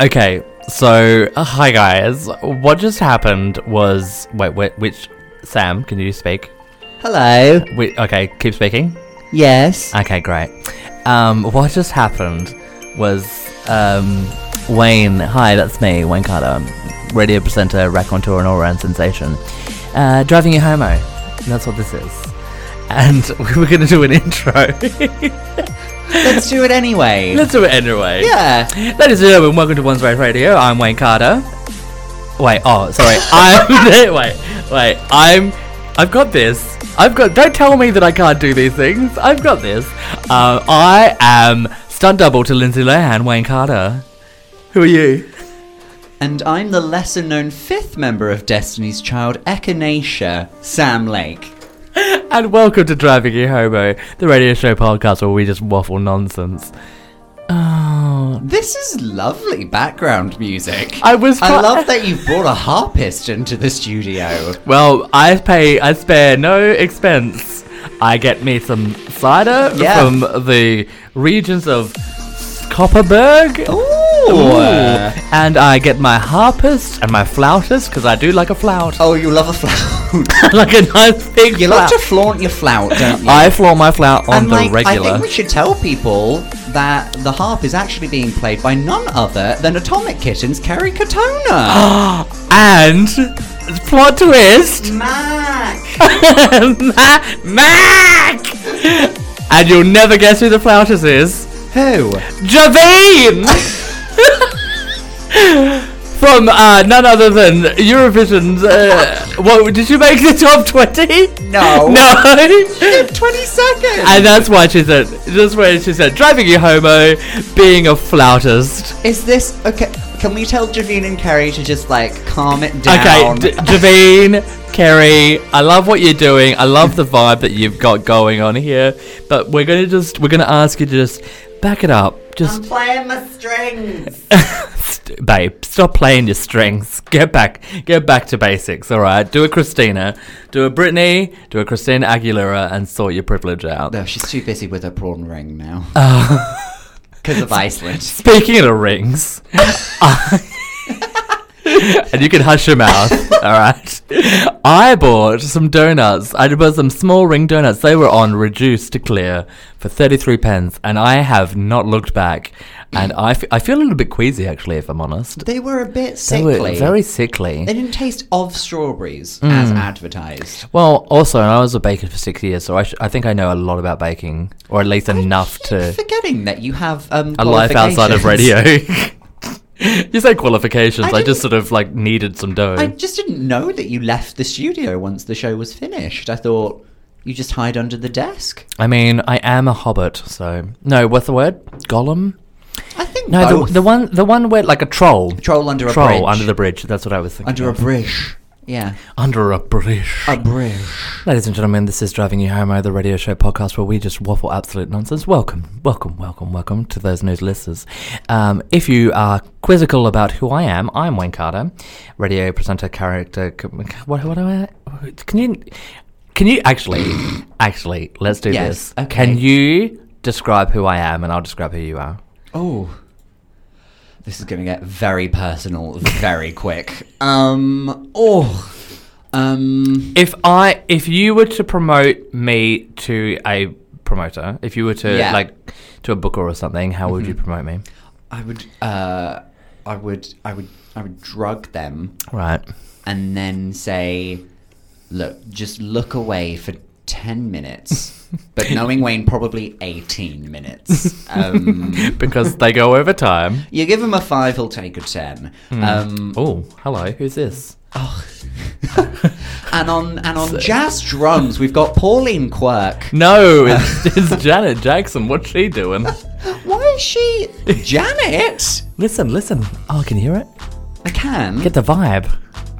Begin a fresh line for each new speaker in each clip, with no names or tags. Okay, so uh, hi guys. What just happened was wait, wait which Sam? Can you speak?
Hello.
Wait, okay, keep speaking.
Yes.
Okay, great. Um, what just happened was um, Wayne. Hi, that's me, Wayne Carter, radio presenter, raconteur, and all-round sensation. Uh, driving you homo. That's what this is. And we were gonna do an intro.
Let's do it anyway. Ah,
Let's do it anyway.
yeah.
Ladies and gentlemen, welcome to One's Right Radio. I'm Wayne Carter. Wait, oh, sorry. I'm wait, wait. I'm. I've got this. I've got. Don't tell me that I can't do these things. I've got this. Uh, I am stunt double to Lindsay Lohan, Wayne Carter. Who are you?
And I'm the lesser known fifth member of Destiny's Child, Echinacea, Sam Lake.
And welcome to Driving You Homo, the radio show podcast where we just waffle nonsense. Oh,
This is lovely background music.
I was.
I
fi-
love that you brought a harpist into the studio.
Well, I pay, I spare no expense. I get me some cider
Yeah.
from the regions of Copperberg. Ooh. And I get my harpist and my flautist because I do like a flout.
Oh, you love a flout.
like a nice big
you love
flout.
to flaunt your flout, don't you?
I flaunt my flout on
and
the
like, I
regular.
think we should tell people that the harp is actually being played by none other than Atomic Kitten's Kerry Katona.
and plot twist.
Mac.
Ma- Mac! And you'll never guess who the flautist is.
Who?
Javine! From uh, none other than Eurovision's. Uh, what did you make the top twenty?
No.
no.
20 seconds.
and that's why she said. That's why she said driving you homo, being a flautist.
is this okay? Can we tell Javine and Kerry to just like calm it down?
Okay, D- Javine, Kerry, I love what you're doing. I love the vibe that you've got going on here. But we're gonna just we're gonna ask you to just back it up. Just
playing my strings.
St- babe, stop playing your strings. Get back, get back to basics. All right, do a Christina, do a Britney, do a Christina Aguilera, and sort your privilege out.
No, she's too busy with her prawn ring now
Uh,
because of Iceland.
speaking of rings, I- and you can hush your mouth. All right, I bought some donuts. I bought some small ring donuts. They were on reduced to clear for thirty-three pence, and I have not looked back. And I, f- I feel a little bit queasy actually, if I'm honest.
They were a bit
They
sickly.
were very Mm. sickly.
They didn't taste of strawberries as advertised.
Well, also, I was a baker for six years, so I, sh- I think I know a lot about baking, or at least enough to
Forgetting that you have um,
a life outside of
qualifications.
radio. you say qualifications, I,
I
just
didn't-
sort of like needed some dough.
I just didn't know that you left the studio once the show was finished. I thought you just hide under the desk.
I mean, I am a hobbit, so no. What's the word? Gollum?
I think
No,
both.
the, the one, the one where like a troll,
troll under a
troll
bridge.
under the bridge. That's what I was thinking.
Under a
of.
bridge. Yeah.
under a bridge.
A bridge.
Ladies and gentlemen, this is Driving You Homo, the radio show podcast where we just waffle absolute nonsense. Welcome, welcome, welcome, welcome to those new listeners. Um, if you are quizzical about who I am, I'm Wayne Carter, radio presenter, character. co- What, what am I? Can you? Can you actually? Actually, let's do
Yes,
this.
okay.
Can you describe who I am, and I'll describe who you are?
Oh. This is going to get very personal very quick. Um. Oh. Um.
If I, if you were to promote me to a promoter, if you were to
Yeah. Mm-hmm.
like to a booker or something, how would you promote me?
I would. Uh. I would. I would. I would drug them
Right.
and then say, "Look, just look away for ten minutes." but knowing Wayne, probably eighteen minutes. Um.
because they go over time.
You give him a five, he'll take a ten. Um,
Oh, hello, who's this?
and on and on jazz drums, we've got Pauline Quirk.
No, it's, it's Janet Jackson. What's she doing?
Why is she Janet?
Listen, listen. Oh, I can hear it.
I can.
Get the vibe.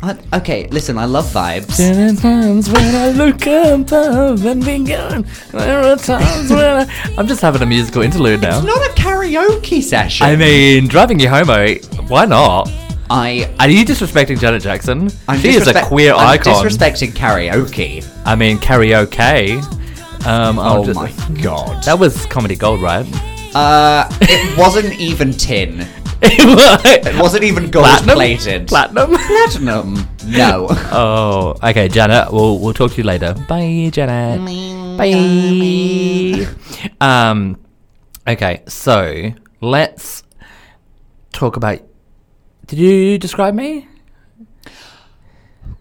I, okay, listen, I love vibes.
There are times when I look up and be gone. There are times when I... I'm just having a musical interlude
It's
now.
not a karaoke session.
I mean, driving you homo. Why not?
I.
Are you disrespecting Janet Jackson?
I'm
she is a
disrespe-
queer
I'm
icon.
Disrespecting karaoke.
I mean, karaoke. Um, I'll
Oh
just-
my god.
That was comedy gold, right?
Uh, it wasn't even tin. It wasn't even gold plated.
Platinum.
Platinum. No.
Oh, okay, Janet. We'll we'll talk to you later. Bye, Janet. Bye. Um, okay, so let's talk about. Did you describe me?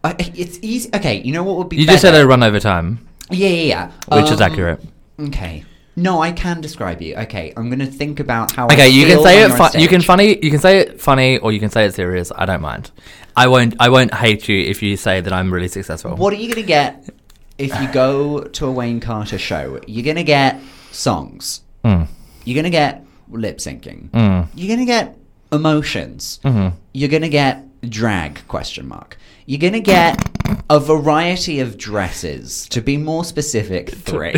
Uh, it's easy. Okay, you know what would be
You just said
better?
I run over time,
Yeah, yeah, yeah.
which is
Um,
accurate.
Okay. No, I can describe you. Okay, I'm gonna think about how. I
Okay, you can
feel
say
when
it.
you're on
Fu- you can
stage.
funny. You can say it funny, or you can say it serious. I don't mind. I won't. I won't hate you if you say that I'm really successful.
What are you gonna get if you go to a Wayne Carter show? You're gonna get songs.
Mm,
You're gonna get lip syncing.
mm,
You're gonna get emotions.
mhm.
You're gonna get drag question mark. You're gonna get a variety of dresses. To be more specific, three.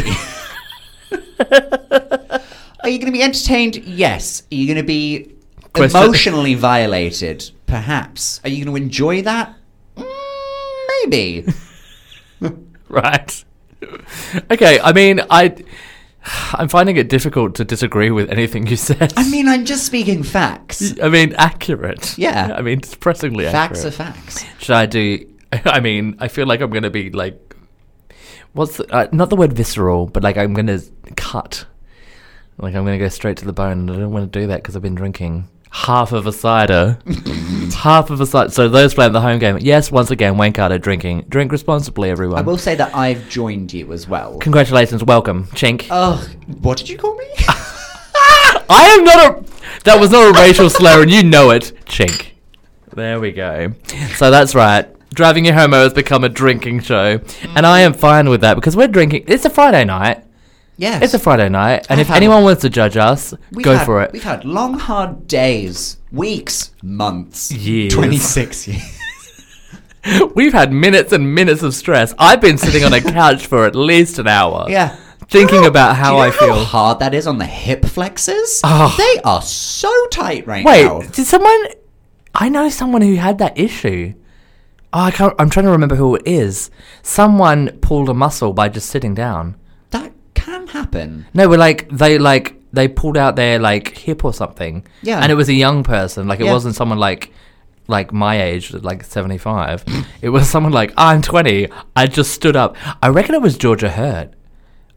Are you going to be entertained? Yes. Are you going to be
Question-
emotionally violated? Perhaps. Are you going to enjoy that? Mm, maybe.
Right. Okay. I mean, I. I'm finding it difficult to disagree with anything you said.
I mean, I'm just speaking facts.
I mean, accurate.
Yeah.
I mean, depressingly
Facts are
accurate.
facts.
Should I do? I mean, I feel like I'm gonna be like, what's the, uh, not the word visceral, but like I'm gonna cut. Like I'm gonna go straight to the bone, and I don't want to do that because I've been drinking half of a cider, half of a cider. So those playing the home game, yes, once again, Wayne Carter drinking. Drink responsibly, everyone.
I will say that I've joined you as well.
Congratulations, welcome, chink.
Ugh, what did you call me?
I am not a. That was not a racial slur, and you know it. Chink. There we go. So that's right. Driving Your Homo has become a drinking show, and I am fine with that because we're drinking. It's a Friday night.
yes.
It's a Friday night, and
I've
if
had
anyone wants to judge us,
We've
go
had-
for it.
We've had long, hard days, weeks, months,
Years.
26 years.
We've had minutes and minutes of stress. I've been sitting on a couch for at least an hour.
Yeah.
Thinking about how
Do you
I
know
feel.
How hard that is on the hip flexors.
Oh.
They are so tight right
Wait,
now.
did someone? I know someone who had that issue. Oh, I can't. I'm trying to remember who it is. Someone pulled a muscle by just sitting down.
That can happen.
No, we're like they like they pulled out their like hip or something.
Yeah.
and it was a young person. Like it
Yeah.
wasn't someone like like my age, like 75. it was someone like I'm 20. I just stood up. I reckon it was Georgia Hurt.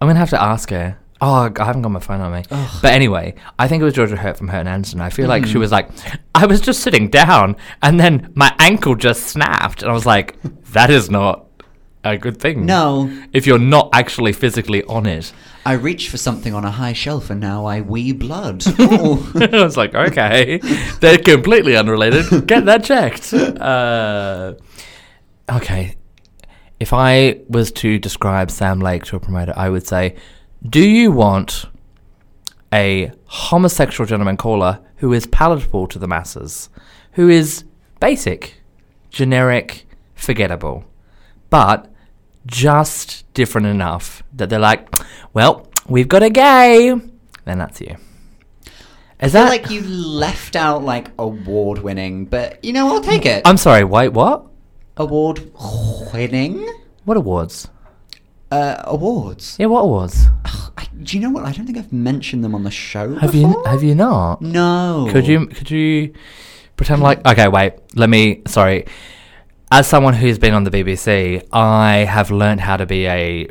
I'm gonna have to ask her. Oh, I haven't got my phone on me. But anyway, I think it was Georgia Hurt from Hurt and Anderson. I feel like
Mm.
she was like, I was just sitting down, and then my ankle just snapped, and I was like, that is not a good thing.
No,
if you're not actually physically on it.
I reach for something on a high shelf and now I wee blood. Ooh.
I was like, okay, they're completely unrelated. Get that checked. Uh, okay, if I was to describe Sam Lake to a promoter, I would say, do you want a homosexual gentleman caller who is palatable to the masses, who is basic, generic, forgettable, but just different enough that they're like, well, we've got a gay, then that's you. Is
I feel
that
like you left out like award winning, but you know, I'll take it.
I'm sorry, wait, what?
award winning?
What awards?
Uh, awards.
Yeah, what awards?
I, do you know what? I don't think I've mentioned them on the show.
Have
before.
you have you not?
No.
Could you could you pretend like okay, wait, let me sorry. As someone who's been on the BBC, I have learned how to be a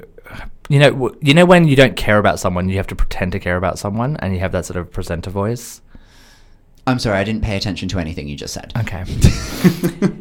you know w- you know when you don't care about someone, you have to pretend to care about someone and you have that sort of presenter voice.
I'm sorry, I didn't pay attention to anything you just said.
Okay.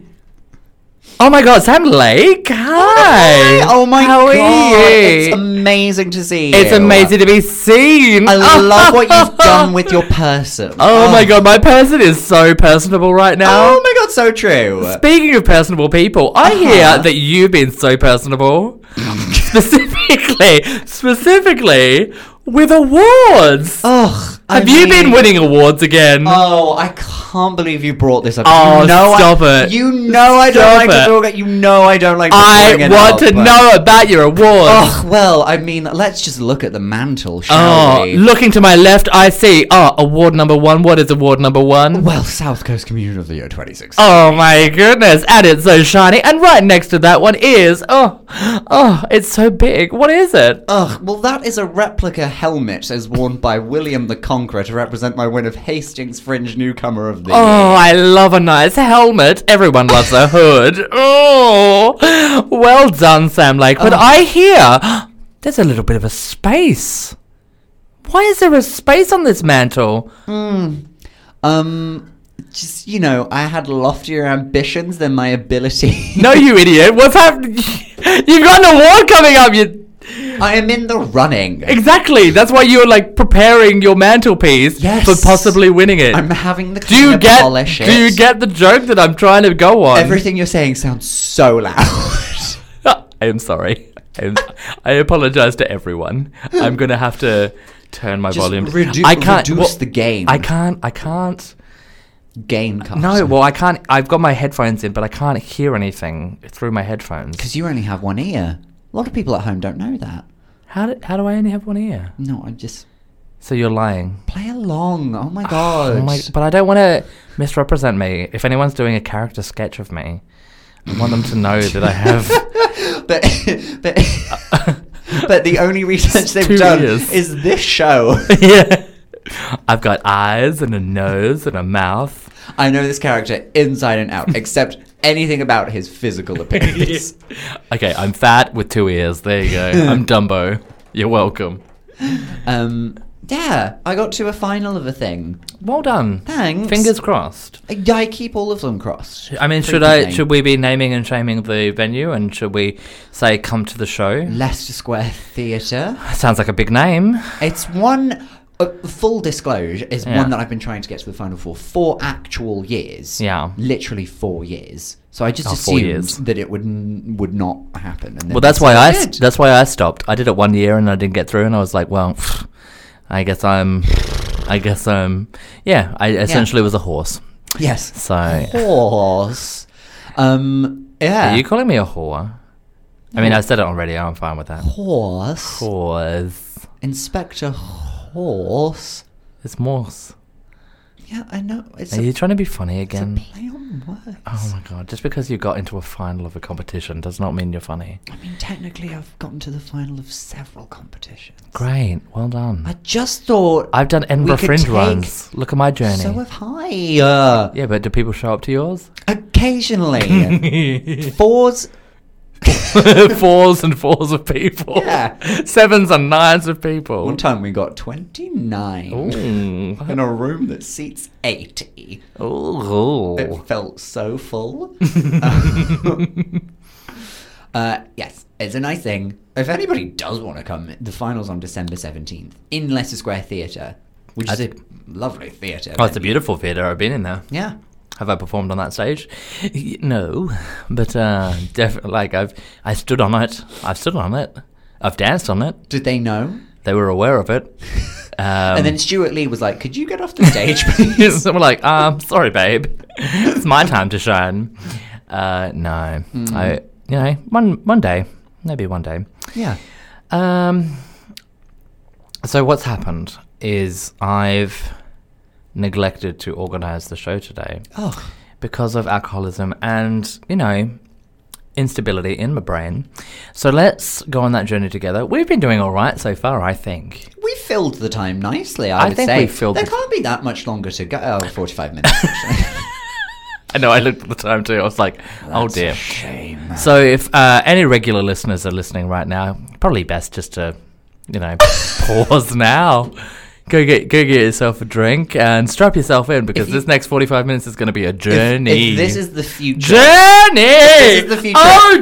oh my god, Sam Lake. Hi.
Oh my
How
god!
Are you?
It's amazing to see.
It's
you.
amazing to be seen.
I love what you've done with your person.
Oh my god, my person is so personable right now.
Um, Oh my god, so true.
Speaking of personable people, I hear
Uh-huh.
that you've been so personable. specifically, specifically with awards.
Ugh. Uh, I
Have you been
mean-
winning awards again?
Oh, I can't believe you brought this up.
Oh,
you know
stop
I,
it.
You know I don't
Stop
like
it.
to talk. You know I don't like. To
I
bring it
want
up,
to
but-
know about your awards.
Ugh. Well, I mean, let's just look at the mantle, shall
Oh,
we?
looking to my left, I see. Oh, award number one. What is award number one?
Well, South Coast Community of the Year 26.
Oh my goodness, and it's so shiny. And right next to that one is oh, oh, it's so big. What is it?
Ugh, well, that is a replica helmet as worn by William the Conqueror to represent my win of Hastings Fringe Newcomer of the
Oh,
Year.
I love a nice helmet. Everyone loves a hood. Oh, well done, Sam Lake. But
Oh.
I hear there's a little bit of a space. Why is there a space on this mantle?
Hmm. Um, just you know, I had loftier ambitions than my ability.
No, you idiot. What's happening? You've got an award coming up. You
I am in the running.
exactly. That's why you're like preparing your mantelpiece
Yes.
for possibly winning it.
I'm having the
do you
cleaner
get?
polish
Do you
it.
get the joke that I'm trying to go on?
Everything you're saying sounds so loud.
I am sorry. I, am, I apologize to everyone. I'm gonna have to turn my
Just
volume.
redu-
I can't
reduce
well,
the gain.
I can't. I can't.
gain cost.
No. Well, I can't. I've got my headphones in, but I can't hear anything through my headphones.
because you only have one ear. A lot of people at home don't know that.
How do, how do I only have one ear?
No, I just
So you're lying.
play along. Oh my god.
Oh my- but I don't want to misrepresent me. If anyone's doing a character sketch of me, I want them to know that I have.
but but but the only research
two
they've done
ears.
is this show.
yeah. I've got eyes and a nose and a mouth.
I know this character inside and out, except anything about his physical appearance.
Okay, I'm fat with two ears. There you go. I'm Dumbo. You're welcome.
um, yeah, I got to a final of a thing.
Well done.
Thanks.
Fingers crossed.
I, I keep all of them crossed.
I mean, should I? Should we be naming and shaming the venue, and should we say come to the show?
Leicester Square Theatre.
Sounds like a big name.
It's one. Uh, full disclosure is
Yeah.
one that I've been trying to get to the final for four actual years.
Yeah.
literally four years. So I just
Oh, four
assumed
years.
that it would n- would not happen. And then
Well, that's
they
why I.
said it did.
That's why I stopped. I did it one year and I didn't get through, and I was like, well, I guess I'm. I guess I'm. Yeah, I essentially was a horse.
yes,
So, are
horse. Um, yeah,
you calling me a whore? I mean, I said it already. I'm fine with that.
horse.
Whores.
Inspector Horse.
It's Morse.
Yeah, I know. It's
Are
a,
you trying to be funny
it's a
again?
play on words.
Oh my god, just because you got into a final of a competition does not mean you're funny.
I mean, technically, I've gotten to the final of several competitions.
Great, well
I
done.
just thought.
I've done
we
Edinburgh
could
Fringe
take-
runs. Look at my journey.
So have I. Uh,
yeah, but do people show up to yours?
Occasionally, fours.
fours and fours of people.
Yeah.
Sevens and nines of people.
One time we got twenty nine.
Ooh.
in a room that seats 80.
Ooh.
It felt so full. uh, yes, it's a nice thing. If anybody does want to come, the final's on December 17th in Leicester Square Theatre, which is a lovely theatre.
Oh, it's a
venue.
beautiful theatre. I've been in there.
Yeah.
Have I performed on that stage? Y- No, but uh, def- like I've I stood on it. I've stood on it. I've danced on it.
Did they know?
They were aware of it. Um,
and then Stuart Lee was like, could you get off the stage, please?
so we're like, um, sorry, babe, it's my time to shine. Uh, no,
Hmm.
I, you know, one one day, maybe one day.
yeah.
Um, so what's happened is I've neglected to organise the show today
Oh.
because of alcoholism and, you know, instability in my brain. So let's go on that journey together. We've been doing all right so far, I think.
We filled the time nicely, I,
I
would
think
say.
we filled
there
the-
can't be that much longer to go. Oh, 45 minutes, actually.
I know I looked at the time too. I was like, oh dear.
Shame.
So if uh, any regular listeners are listening right now, probably best just to, you know, pause now. Go get go get yourself a drink and strap yourself in because
you-
this next forty five minutes is going to be a
If-
journey.
if this is the future.
Journey.
This is the future.
Oh,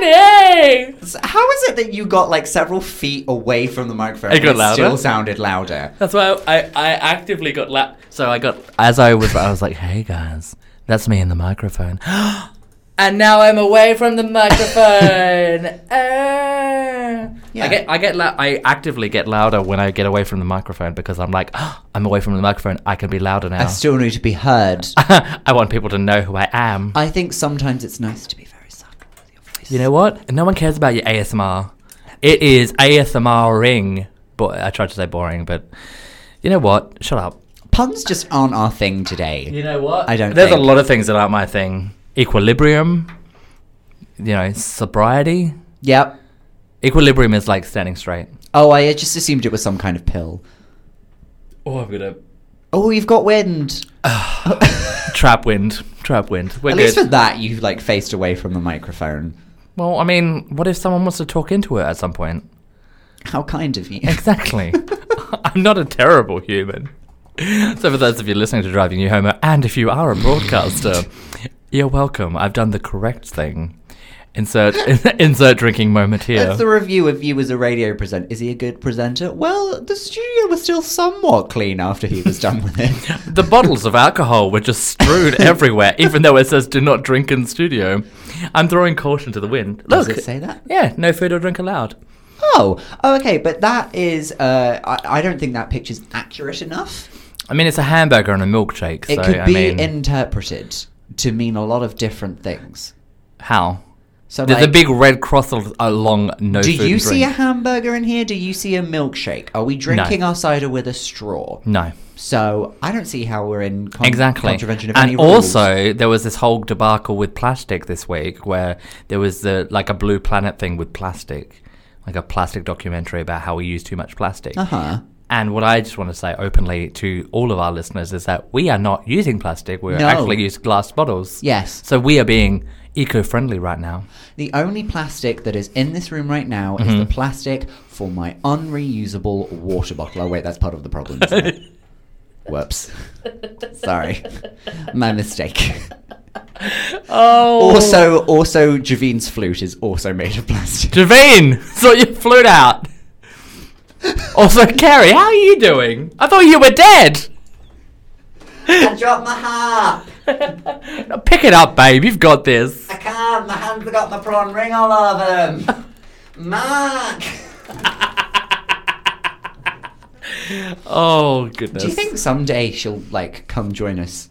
Journey!
So How is it that you got like several feet away from the microphone?
It got
and
louder?
Still sounded louder.
That's why I, I actively got la- so I got as I was I was like, hey guys, that's me in the microphone, and now I'm away from the microphone. Ah. I
Yeah.
get I get lou- I actively get louder when I get away from the microphone because I'm like, I'm away from the microphone. I can be louder now.
I still need to be heard.
I want people to know who I am.
I think sometimes it's nice to be very subtle with your voice.
You know what? No one cares about your ASMR. It is ASMR ring. But I tried to say boring, but you know what? Shut up.
puns just aren't our thing today.
You know what?
I don't
There's a
think.
lot of things that aren't my thing. Equilibrium. You know, sobriety.
Yep.
Equilibrium is like standing straight.
Oh, I just assumed it was some kind of pill.
Oh, I'm gonna
Oh, you've got wind.
trap wind, trap wind. We're
At
good.
least for that, you like faced away from the microphone.
well, I mean, what if someone wants to talk into it at some point?
How kind of you.
Exactly. I'm not a terrible human. So, for those of you listening to Driving You Homer, and if you are a broadcaster, you're welcome. I've done the correct thing. Insert insert drinking moment here.
That's the review of you as a radio presenter. Is he a good presenter? Well, the studio was still somewhat clean after he was done with it.
The bottles of alcohol were just strewn everywhere, even though it says "do not drink in studio." I'm throwing caution to the wind.
Does
Look,
it say that?
Yeah, no food or drink allowed.
Oh, oh, okay, but that is. Uh, I, I don't think that picture's accurate enough.
I mean, it's a hamburger and a milkshake.
It
so,
could
I
be
mean,
interpreted to mean a lot of different things.
how?
So,
There's
like,
a big red cross al- along no
do
food.
you
and
see a
drink.
hamburger in here? Do you see a milkshake? Are we drinking our cider with a straw?
No.
So I don't see how we're in con-
Exactly.
contravention of
and
any rules.
also, there was this whole debacle with plastic this week where there was the, like a Blue Planet thing with plastic, like a plastic documentary about how we use too much plastic.
uh huh.
And what I just want to say openly to all of our listeners is that we are not using plastic. We're
No.
actually using glass bottles.
Yes.
So we are being eco friendly right now.
The only plastic that is in this room right now is
Mm-hmm.
the plastic for my unreusable water bottle. Oh, wait, that's part of the problem, isn't it? Whoops. Sorry. My mistake.
Oh.
Also, also, Javine's flute is also made of plastic.
Javine, sort your flute out. Also, Carrie, how are you doing? I thought you were dead.
I dropped my harp.
Now Pick it up, babe. You've got this.
I can't. My hands have got my prawn ring all over them. Mark.
Oh, goodness.
Do you think someday she'll like come join us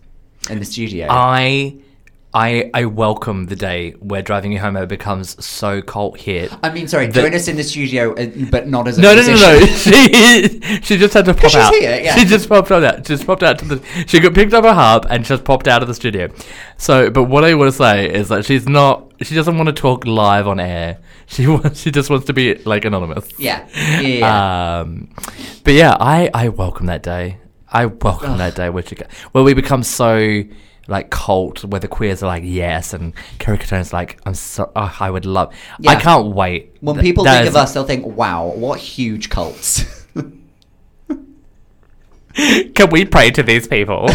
in the studio?
Uh, I. I, I welcome the day where Driving You Homo becomes so cult hit.
I mean, sorry,
The-
join us in the studio, uh, but not as a
No, no, no,
musician.
no. She she just had to pop
she's
out.
here, yeah.
She just popped out. She just popped out to the. She got picked up her harp and just popped out of the studio. So, but what I want to say is that she's not. She doesn't want to talk live on air. She wants. She just wants to be like anonymous.
Yeah. Yeah. yeah, yeah.
Um, but yeah, I I welcome that day. I welcome that day where she go- where we become so like cult where the queers are like yes and Kerry Katona's like I'm so oh, I would love I
Yeah.
can't wait
when
Th-
people
that
think
is-
of us, they'll think, "Wow, what huge cults!"
Can we pray to these people?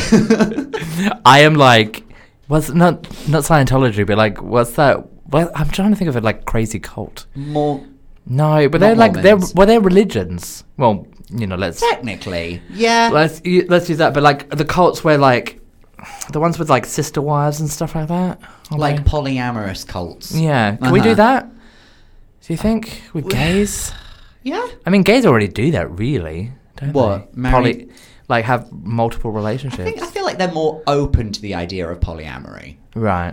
I am like, what's not not Scientology, but like, what's that? Well, I'm trying to think of it like crazy cult.
More
No, but they're
Not
like they're
Mormons.
well, they're religions. Well, you know, let's
technically, yeah.
let's u- let's use that. But like the cults where like the ones with like sister wives and stuff like that. Are
like
they-
polyamorous cults.
yeah, can we do
Uh-huh.
that? Do you think with gays?
Yeah.
I mean, gays already do that, really. Don't
What,
they?
married-
Poly- like have multiple relationships.
I think I feel like they're more open to the idea of polyamory.
Right.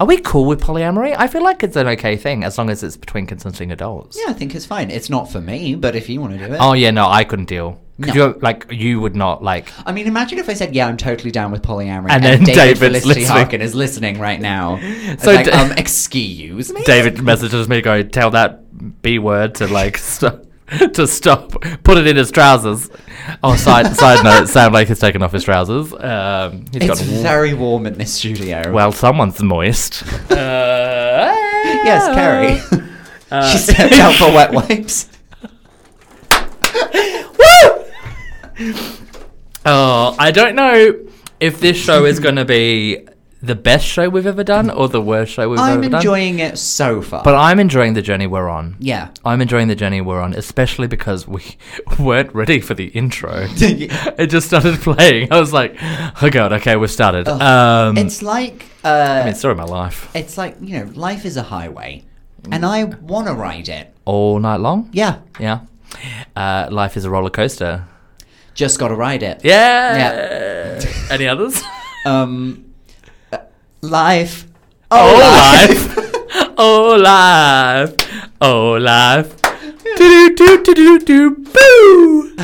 Are we cool with polyamory? I feel like it's an okay thing as long as it's between consenting adults.
Yeah, I think it's fine. It's not for me, but if you want to do it,
Oh yeah, no, I couldn't deal. Could
No.
you like you would not like
I mean, imagine if I said, "Yeah, I'm totally down with polyamory,"
And
and,
then
then
David's
David Felicity
listening.
Harkin is listening right now.
So
So, like,
Da-
um, excuse me,
David messages me go tell that B word to like stop to stop put it in his trousers. Oh side side note, Sam Lake has taken off his trousers. Um he's
It's
got
very warm in this studio.
well someone's moist. uh,
yes, Carrie.
Uh,
she stepped out for wet wipes.
Oh, I don't know if this show is going to be the best show we've ever done or the worst show we've
I'm
ever done.
enjoying it so far.
But I'm enjoying the journey we're on.
yeah.
I'm enjoying the journey we're on, especially because we weren't ready for the intro. it just started playing. I was like, oh god, okay, we've started.
Ugh.
um,
It's like uh,
I mean, story of my life.
it's like you know, life is a highway, and
Mm.
I want to ride it.
All night long?
Yeah,
Yeah. Uh, life is a roller coaster.
just got to ride it.
Yeah. Any others?
Um, uh, life.
Oh, life. oh, life. Oh, life. Do do do do do boo.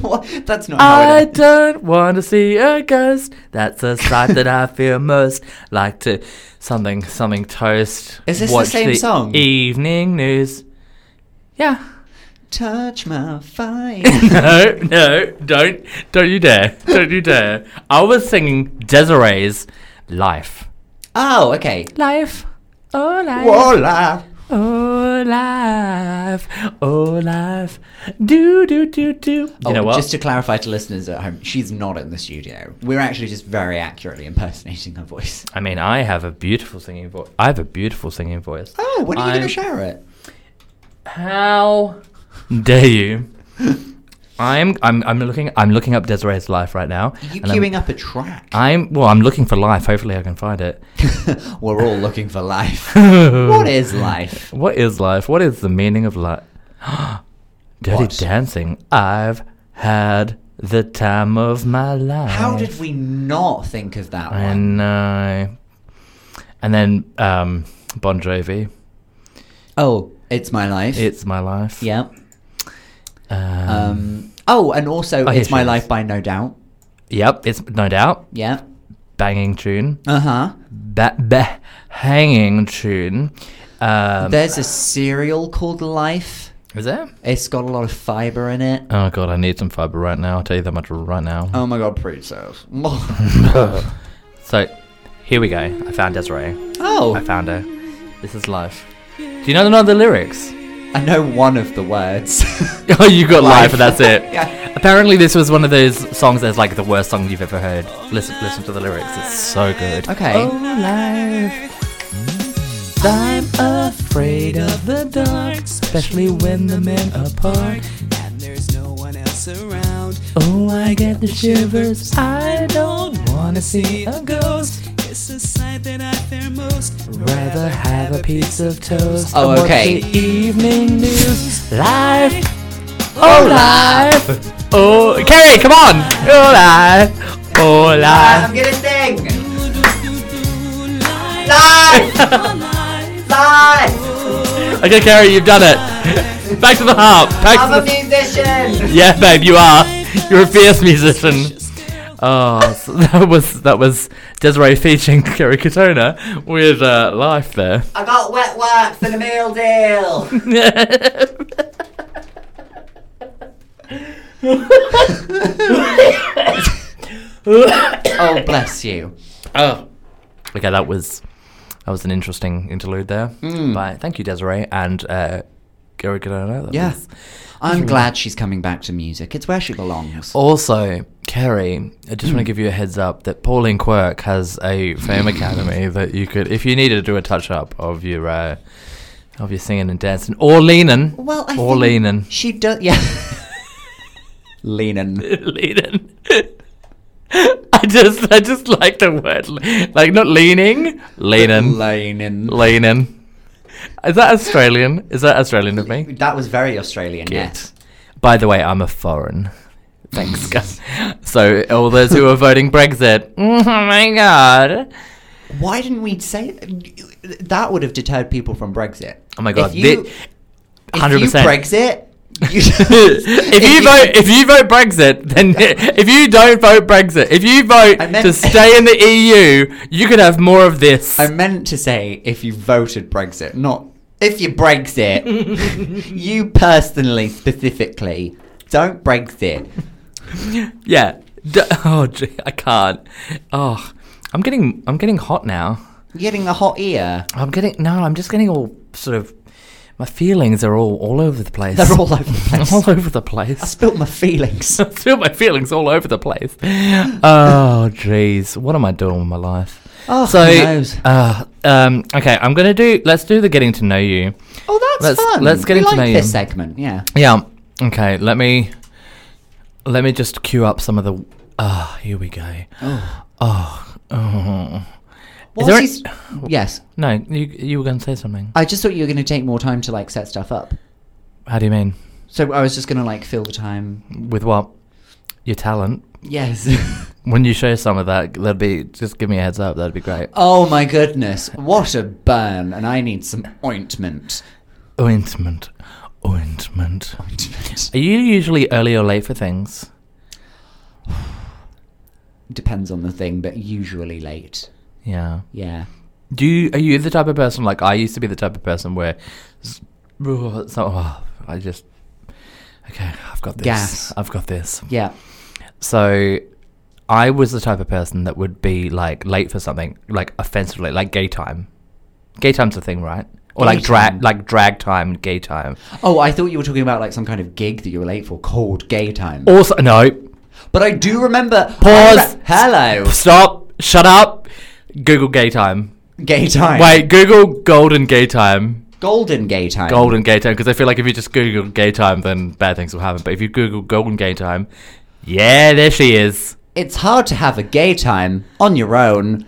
What? That's not how
I
it is.
don't want to see a ghost. That's a sight that I fear most. Like to something, something toast.
Is this the
Watch
same song?
Evening news. Yeah.
touch my fire.
no, no, don't, don't you dare, don't you dare. I was singing Desiree's "Life."
oh, okay.
Life, oh life,
Voila.
oh life, oh life. Do do do do. You
Oh,
know what?
Just to clarify to listeners at home, she's not in the studio. We're actually just very accurately impersonating her voice.
I mean, I have a beautiful singing voice. I have a beautiful singing voice.
Oh, what are you going
I'm-
to share it?
How dare you? I'm I'm I'm looking I'm looking up Desiree's life right now.
Are you
and I'm-
queuing up a track?
I'm well. I'm looking for life. Hopefully, I can find it.
We're all looking for life. what is life?
What is life? What is the meaning of life? Dirty
What?
Dancing. I've had the time of my life.
How did we not think of that
I
one?
know. And then um, Bon Jovi.
Oh, it's my life.
It's my life.
yeah.
Um,
Um, oh, and also
Oh, here
it's
she
my
is.
life by no doubt.
Yep. It's no doubt
Yeah.
banging tune.
Uh huh.
Ba- ba- hanging tune. Um,
There's a cereal called Life.
is there?
It's got a lot of fiber in it.
Oh god, I need some fiber right now. I'll tell you that much right now.
Oh my god, preserve.
So, here we go. I found Desiree. I
oh,
found her. This is life. Do you know none of the lyrics?
I know one of the words.
Oh, you got life, and that's it.
Yeah.
Apparently, this was one of those songs that's like the worst song you've ever heard. Listen, listen to the lyrics. It's so good.
Okay.
Oh, life. I'm afraid of the dark, especially when the men are apart.
and there's no one else around.
Oh, I get the shivers. I don't wanna see a ghost.
It's the sight that I fear most.
Rather have a piece of toast.
Oh,
and watch
okay.
the evening news. Life.
Oh,
Oh, life. Oh, Kerry, come on. Oh, life. Oh,
I'm
life.
gonna sing.
Life,
Life,
life,
life.
Okay, Kerry, you've done it. Back to the harp. Back
I'm a
to the...
musician.
Yeah, babe, you are. You're a fierce musician. Oh, so that was that was Desiree featuring Kerry Katona with uh, life there.
I got wet wax and a meal deal. Oh, bless you.
Oh. Okay, that was that was an interesting interlude there.
Hmm.
But thank you, Desiree and uh, Gary Cadona. That
Yeah.
was- Hmm.
I'm glad she's coming back to music. It's where she belongs.
Also, Kerry, I just want
Hmm.
to give you a heads up that Pauline Quirk has a Fame Academy that you could, if you needed to do a touch up of your uh, of your singing and dancing, or leaning,
Well, I
or
think
leaning,
she does. Yeah. Leaning.
leaning. I just, I just like the word, le- like not leaning, leaning.
Leaning.
Leaning. Is that Australian? Is that Australian of me?
That was very Australian. Yes.
By the way, I'm a foreign. Thanks, guys. So, all those who are voting Brexit, oh my god.
Why didn't we say that? Would have deterred people from Brexit.
Oh my god.
If you,
thi-
if you
100%.
Brexit. You,
if you vote, if you vote Brexit, then if you don't vote Brexit, if you vote
I meant-
to stay in the EU, you could have more of this.
I meant to say if you voted Brexit, not if you Brexit. you personally, specifically, don't Brexit.
yeah. D- oh, gee, I can't. Oh, I'm getting, I'm getting hot now.
You're getting a hot ear.
I'm getting no. I'm just getting all sort of. My feelings are all all over the place.
They're all over the place.
all over the
I
place.
spilled my feelings.
I feel my feelings all over the place. Oh, jeez, what am I doing with my life?
Oh,
So,
who knows?
uh, um, okay, I'm gonna do. Let's do the getting to know you.
Oh, that's
let's-
fun.
let's get
we
into um,
like
know you.
this segment. Yeah.
Yeah. Okay. Let me. Let me just queue up some of the. Ah, here we go.
Oh.
Oh. Oh.
Whilst
there a-
he's- yes.
No, you you were gonna say something.
I just thought you were going to take more time to like set stuff up.
How do you mean?
So I was just going to like fill the time.
With what? Your talent.
Yes.
When you show some of that, that'd be just give me a heads up. That'd be great.
oh my goodness. What a burn. And I need some ointment.
Ointment, ointment.
Ointment.
Are you usually early or late for things?
Depends on the thing, but usually late.
Yeah.
Yeah.
Do you are you the type of person like I used to be the type of person where, s- oh, so, oh, I just Okay, I've got this.
Gas.
I've got this.
Yeah.
So I was the type of person that would be like late for something, like offensively, like gay time. Gay time's a thing, right? Or like
Gay
drag,
time.
like drag time, gay time.
Oh, I thought you were talking about like some kind of gig that you were late for called gay time.
Also, no.
But I do remember.
Oh. Pause.
I re- hello.
Stop. Shut up. Google gay time.
Gay time.
Wait, Google golden gay time.
Golden gay time.
Golden gay time, because I feel like if you just Google gay time, then bad things will happen. But if you Google golden gay time, yeah, there she is.
It's hard to have a gay time on your own.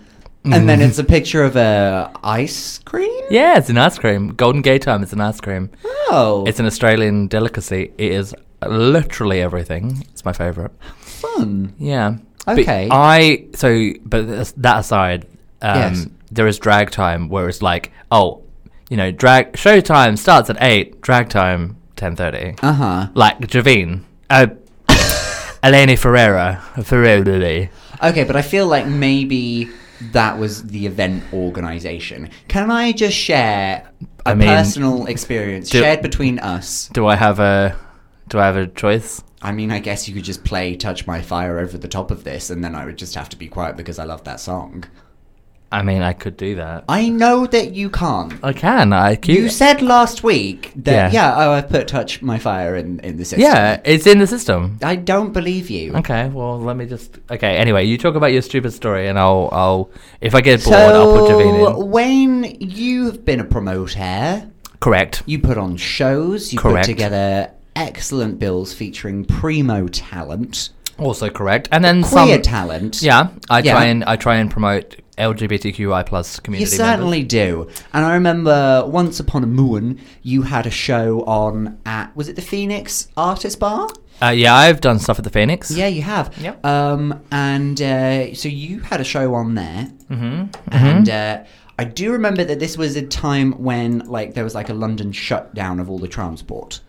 And then it's a picture of a ice cream.
Yeah, it's an ice cream. Golden gay time is an ice cream.
Oh,
It's an Australian delicacy. It is literally everything. It's my favorite.
fun.
Yeah. But
Okay.
I so but th- that aside, um,
Yes.
there is drag time where it's like, oh, you know, drag show time starts at eight, drag time ten thirty.
Uh huh.
Like Javine, uh, Eleni Ferreira, Ferreri.
Okay, but I feel like maybe that was the event organization. Can I just share a
I mean,
personal experience
do-
shared between us?
Do I have a do I have a choice?
I mean, I guess you could just play Touch My Fire over the top of this, and then I would just have to be quiet because I love that song.
I mean, I could do that. I,
I know that you can't.
can. I
You
can.
said last week that,
Yeah.
yeah, oh, I put Touch My Fire in, in the system.
Yeah, it's in the system.
I don't believe you.
Okay, well, let me just. Okay, anyway, you talk about your stupid story, and I'll, I'll. If I get bored, I'll put Javine
So,
in.
Wayne, you've been a promoter.
Correct.
You put on shows. You
Correct.
put together excellent bills featuring primo talent,
Also correct. And then
queer
some.
talent.
yeah, I
Yeah.
try and I try and promote LGBTQI plus community.
You certainly do. And I remember once upon a moon, you had a show on at, was it the Phoenix Artist Bar?
members. Uh, yeah, I've done stuff at the Phoenix.
Yeah, you have.
Yep.
Um, and uh, so you had a show on there,
Mm-hmm.
and uh, I do remember that this was a time when like there was like a London shutdown of all the transport,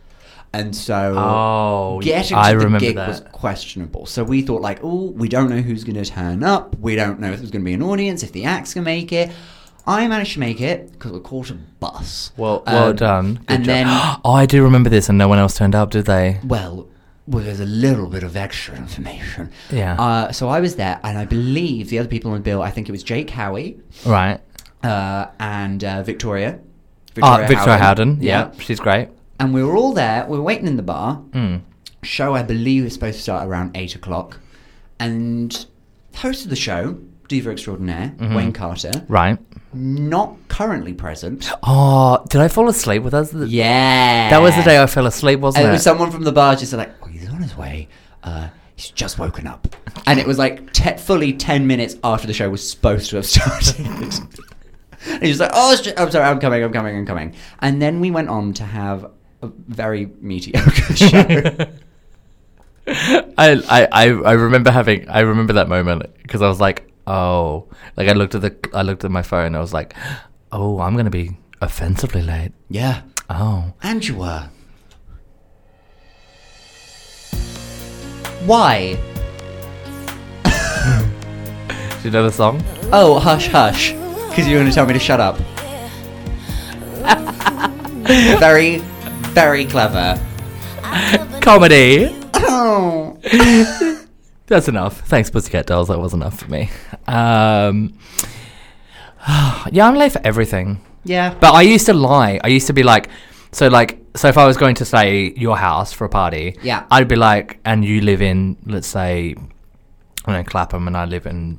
and so
Oh,
getting
I
to the
remember
gig
that.
was questionable. So we thought like, oh, we don't know who's going to turn up. We don't know if there's going to be an audience, if the acts can make it. I managed to make it because we caught a bus.
Well, well
Um,
done. Good
and
job.
then
oh, I do remember this, and no one else turned up, did they?
well, well, there's a little bit of extra information.
Yeah.
Uh, so I was there, and I believe the other people on the bill, I think it was Jake Howie
Right.
uh, and uh, Victoria.
Oh, Victoria Howden. Yeah, she's great.
And we were all there. We were waiting in the bar.
Mm.
Show, I believe, is supposed to start around 8 o'clock. And host of the show, diva extraordinaire,
Mm-hmm.
Wayne Carter,
Right.
not currently present.
Oh, did I fall asleep with us?
Yeah.
That was the day I fell asleep, wasn't
And
it?
it was someone from the bar just like, oh, he's on his way. Uh, he's just woken up. And it was like te- fully 10 minutes after the show was supposed to have started. and he was like, oh, it's ju- I'm sorry, I'm coming, I'm coming, I'm coming. And then we went on to have a very mediocre show.
I, I, I I remember having I remember that moment because I was like, oh, like I looked at the I looked at my phone. I was like, oh, I'm gonna be offensively late.
yeah.
Oh,
And you were. Why?
do you know the song?
Oh, hush, hush. Because you were going to tell me to shut up. very, very clever.
Comedy.
Oh.
That's enough. Thanks, Pussycat Dolls. That was enough for me. Um, yeah, I'm late for everything.
Yeah.
But I used to lie. I used to be like, so like, so if I was going to say your house for a party,
Yeah.
I'd be like, and you live in, let's say, I don't know, Clapham, and I live in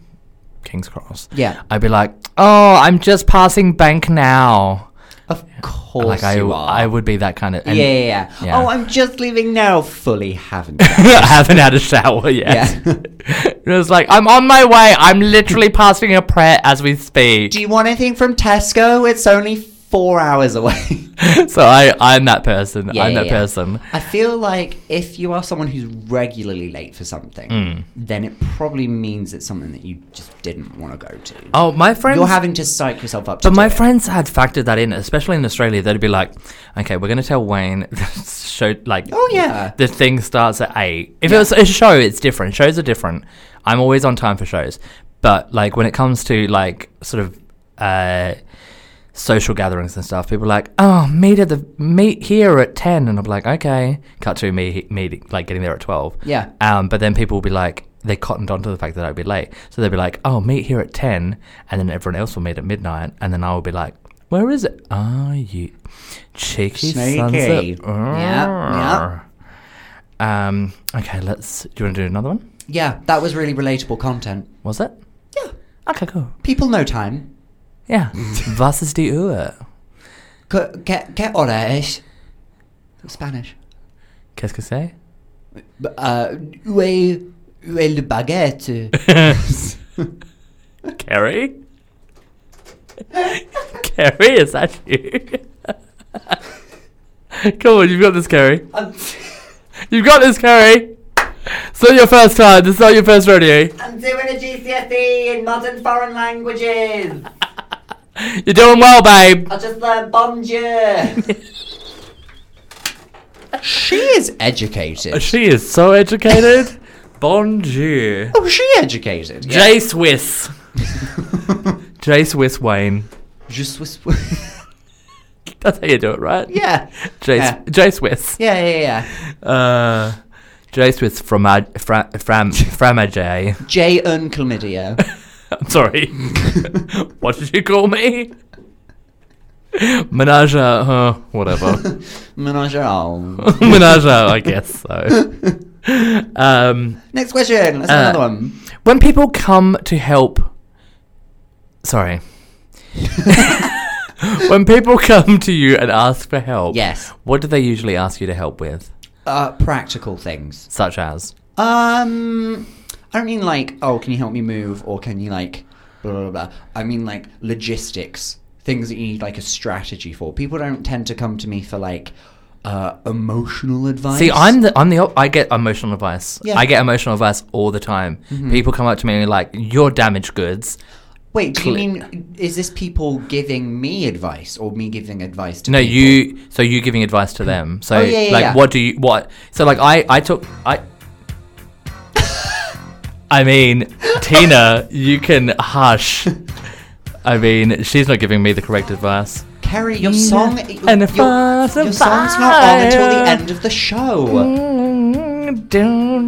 King's Cross.
Yeah.
I'd be like, oh, I'm just passing bank now.
of course
Like I,
you are.
I would be that kind of.
yeah, yeah, yeah.
yeah.
Oh, I'm just leaving now. Fully haven't. you?
I haven't had a shower yet.
yeah.
it was like, I'm on my way. I'm literally passing a prayer as we speak.
Do you want anything from Tesco? It's only four hours away.
so I, I'm that person.
Yeah,
I'm
yeah,
that
yeah.
person.
I feel like if you are someone who's regularly late for something,
Mm.
then it probably means it's something that you just didn't want to go to.
Oh, my friends.
You're having to psych yourself up. To
But
do
my
it.
friends had factored that in, especially in Australia. They'd be like, "Okay, we're gonna tell Wayne this show like,
Oh, yeah.
the thing starts at eight. If it was a show, it's different. Shows are different. I'm always on time for shows, but like when it comes to like sort of uh, social gatherings and stuff, people are like, oh, meet at the meet here at ten, and I'm like, okay. Cut to me meeting like getting there at twelve.
Yeah.
Um, but then people will be like, they cottoned onto the fact that I'd be late, so they'd be like, oh, meet here at ten, and then everyone else will meet at midnight, and then I will be like. Where is it? Are you cheeky
Sneaky.
sunset?
yeah.
Um. Okay. Let's. Do you want to do another one?
Yeah, that was really relatable content.
Was it?
Yeah.
Okay. Cool.
People know time.
Yeah. Was ist die Uhr?
Que, que, que hora es? Spanish.
Qu'est-ce que c'est?
B- Uh, où est, où est le baguette?
Carrie? Carrie, is that you? Come on, you've got this, Carrie.
I'm,
You've got this, Carrie. It's not your first time. This is not your first rodeo.
I'm doing a GCSE E in modern foreign languages.
You're doing well, babe.
I just learned bonjour. she is educated.
She is so educated. Bonjour.
Oh, she educated. Yeah.
J Swiss. J Swiss Wayne.
Just was.
That's how you do it, right?
yeah.
J,
Yeah.
J Swiss.
Yeah, yeah, yeah.
Uh, J Swiss from Fra- Fram Framage.
J. Unclamidia.
I'm sorry. what did you call me? Menage, a- uh, whatever.
Menage a all.
Menage, a- I guess so. Um,
Next question. Let's have
Uh,
another one.
when people come to help, sorry. when people come to you and ask for help,
Yes.
what do they usually ask you to help with?
Uh, practical things.
Such as,
Um, I don't mean like, oh, can you help me move, or can you like, blah blah blah. I mean like logistics, things that you need like a strategy for. People don't tend to come to me for like uh, emotional advice.
see, I'm the I'm the op- I get emotional advice.
Yeah.
I get emotional advice all the time. People come up to me and are like, "You're damaged goods."
Wait, do you
Cli-
mean is this people giving me advice or me giving advice to
No,
people?
you. So you giving advice to them. So
Oh, yeah, yeah,
like,
yeah.
what do you what? So like, I I took I. I mean, Tina, you can hush. I mean, she's not giving me the correct advice.
Carrie, your song, your,
and
your,
if I
your song's not on until the
survive-
end of the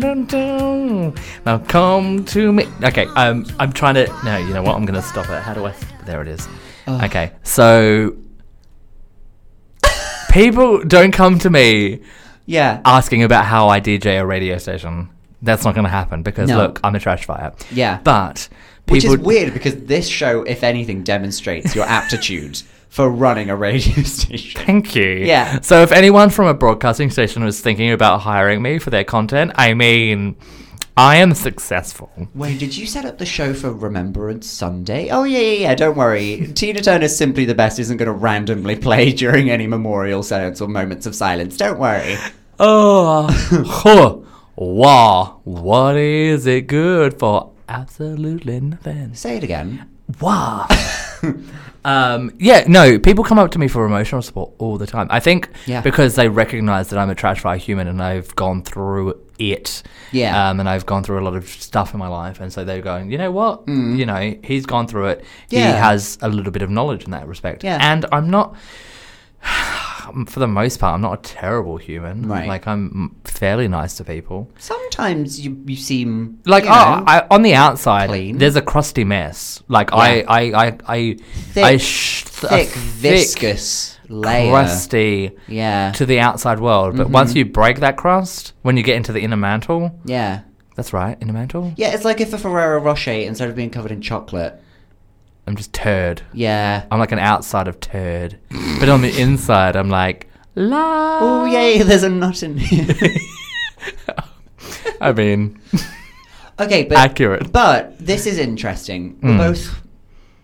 Mm.
show.
Now come to me. Okay, um, I'm trying to. No, you know what? I'm gonna stop it. How do I? There it is.
Oh.
Okay, so people don't come to me
Yeah,
asking about how I DJ a radio station. That's not gonna happen because
No.
look, I'm a trash fire.
Yeah.
but people.
Which is weird because this show, if anything, demonstrates your aptitude for running a radio station.
Thank you.
Yeah.
So if anyone from a broadcasting station was thinking about hiring me for their content, I mean, I am successful.
Wait, did you set up the show for Remembrance Sunday? Oh, yeah, yeah, yeah, don't worry. Tina Turner's Simply the Best isn't going to randomly play during any memorial seance or moments of silence. Don't worry.
Oh, huh. Wow. What is it good for? Absolutely nothing.
Say it again.
Wow. um, yeah, no, people come up to me for emotional support all the time. I think
Yeah.
because they recognize that I'm a trash fire human and I've gone through it.
Yeah.
Um, and I've gone through a lot of stuff in my life. And so they're going, you know what? You know, he's gone through it. He
Mm. Yeah.
has a little bit of knowledge in that respect.
Yeah.
And I'm not. For the most part, I'm not a terrible human.
Right.
Like I'm fairly nice to people.
Sometimes you, you seem.
Like
you
oh,
know,
I, on the outside,
clean.
there's a crusty mess. Like
Yeah.
I, I, I, I,
Thick-
I sh-
thick, viscous layer.
crusty
Yeah.
to the outside world. But
Mm-hmm.
once you break that crust, when you get into the inner mantle,
yeah.
that's right, inner mantle.
Yeah, it's like if a Ferrero Rocher, instead of being covered in chocolate,
I'm just turd.
yeah.
I'm like an outside of turd, but on the inside, I'm like la.
Oh, yay, there's a nut in here.
I mean,
okay, but.
accurate. Hmm.
But this is interesting. We're both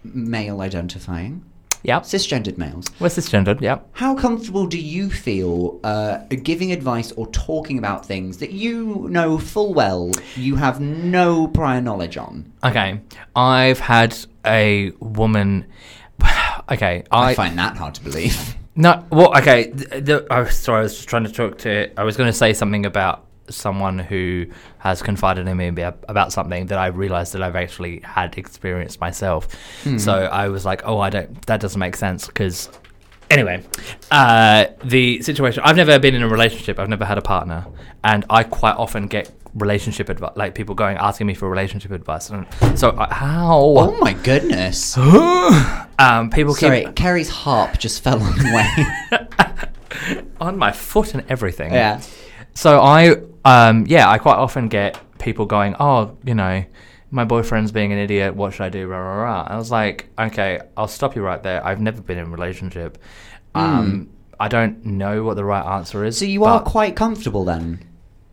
male identifying,
Yep.
cisgendered males.
We're cisgendered. Yep.
How comfortable do you feel uh, giving advice or talking about things that you know full well you have no prior knowledge on?
Okay. I've had a woman. Okay,
I,
I,
find that hard to believe.
oh, No, well, okay. th- The, I was sorry, I was just trying to talk to. I was going to say something about someone who has confided in me ab- about something that I realized that I've actually had experienced myself.
Hmm.
So I was like, oh, I don't, that doesn't make sense because. Anyway, uh, the situation. I've never been in a relationship. I've never had a partner, and I quite often get relationship advice, like people going asking me for relationship advice. And so, I how?
Oh my goodness.
um, people
Sorry,
keep
Carrie's harp just fell on the way.
on my foot and everything.
yeah.
So I, um, yeah, I quite often get people going, oh, you know, my boyfriend's being an idiot. What should I do? Rah rah rah. I was like, okay, I'll stop you right there. I've never been in a relationship. Um, I don't know what the right answer is.
Hmm. So you are
but-
quite comfortable then?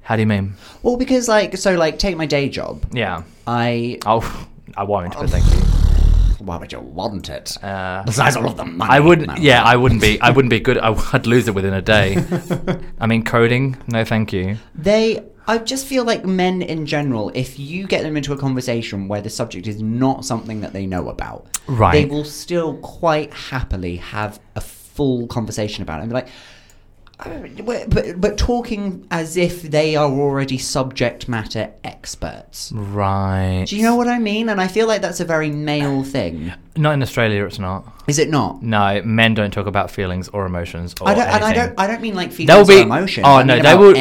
How do you mean?
Well, because like, so like, take my day job.
Yeah.
I.
Oh, I won't. But thank you.
Why would you want it?
Uh,
Besides all of the money.
I wouldn't.
No.
Yeah, I wouldn't be. I wouldn't be good. I, would lose it within a day. I mean, coding. No, thank you.
They. I just feel like men in general, if you get them into a conversation where the subject is not something that they know about, they
Right.
will still quite happily have a full conversation about it and be like, "Oh, but, but, but talking as if they are already subject matter experts.
Right.
Do you know what I mean? And I feel like that's a very male thing.
Not in Australia. It's not.
Is it not?
No, men don't talk about feelings or emotions or
I don't, and
Oh, anything.
I don't. I don't mean like
They'll
feelings
be.
or emotions.
Oh
I
no,
mean
they
about
will.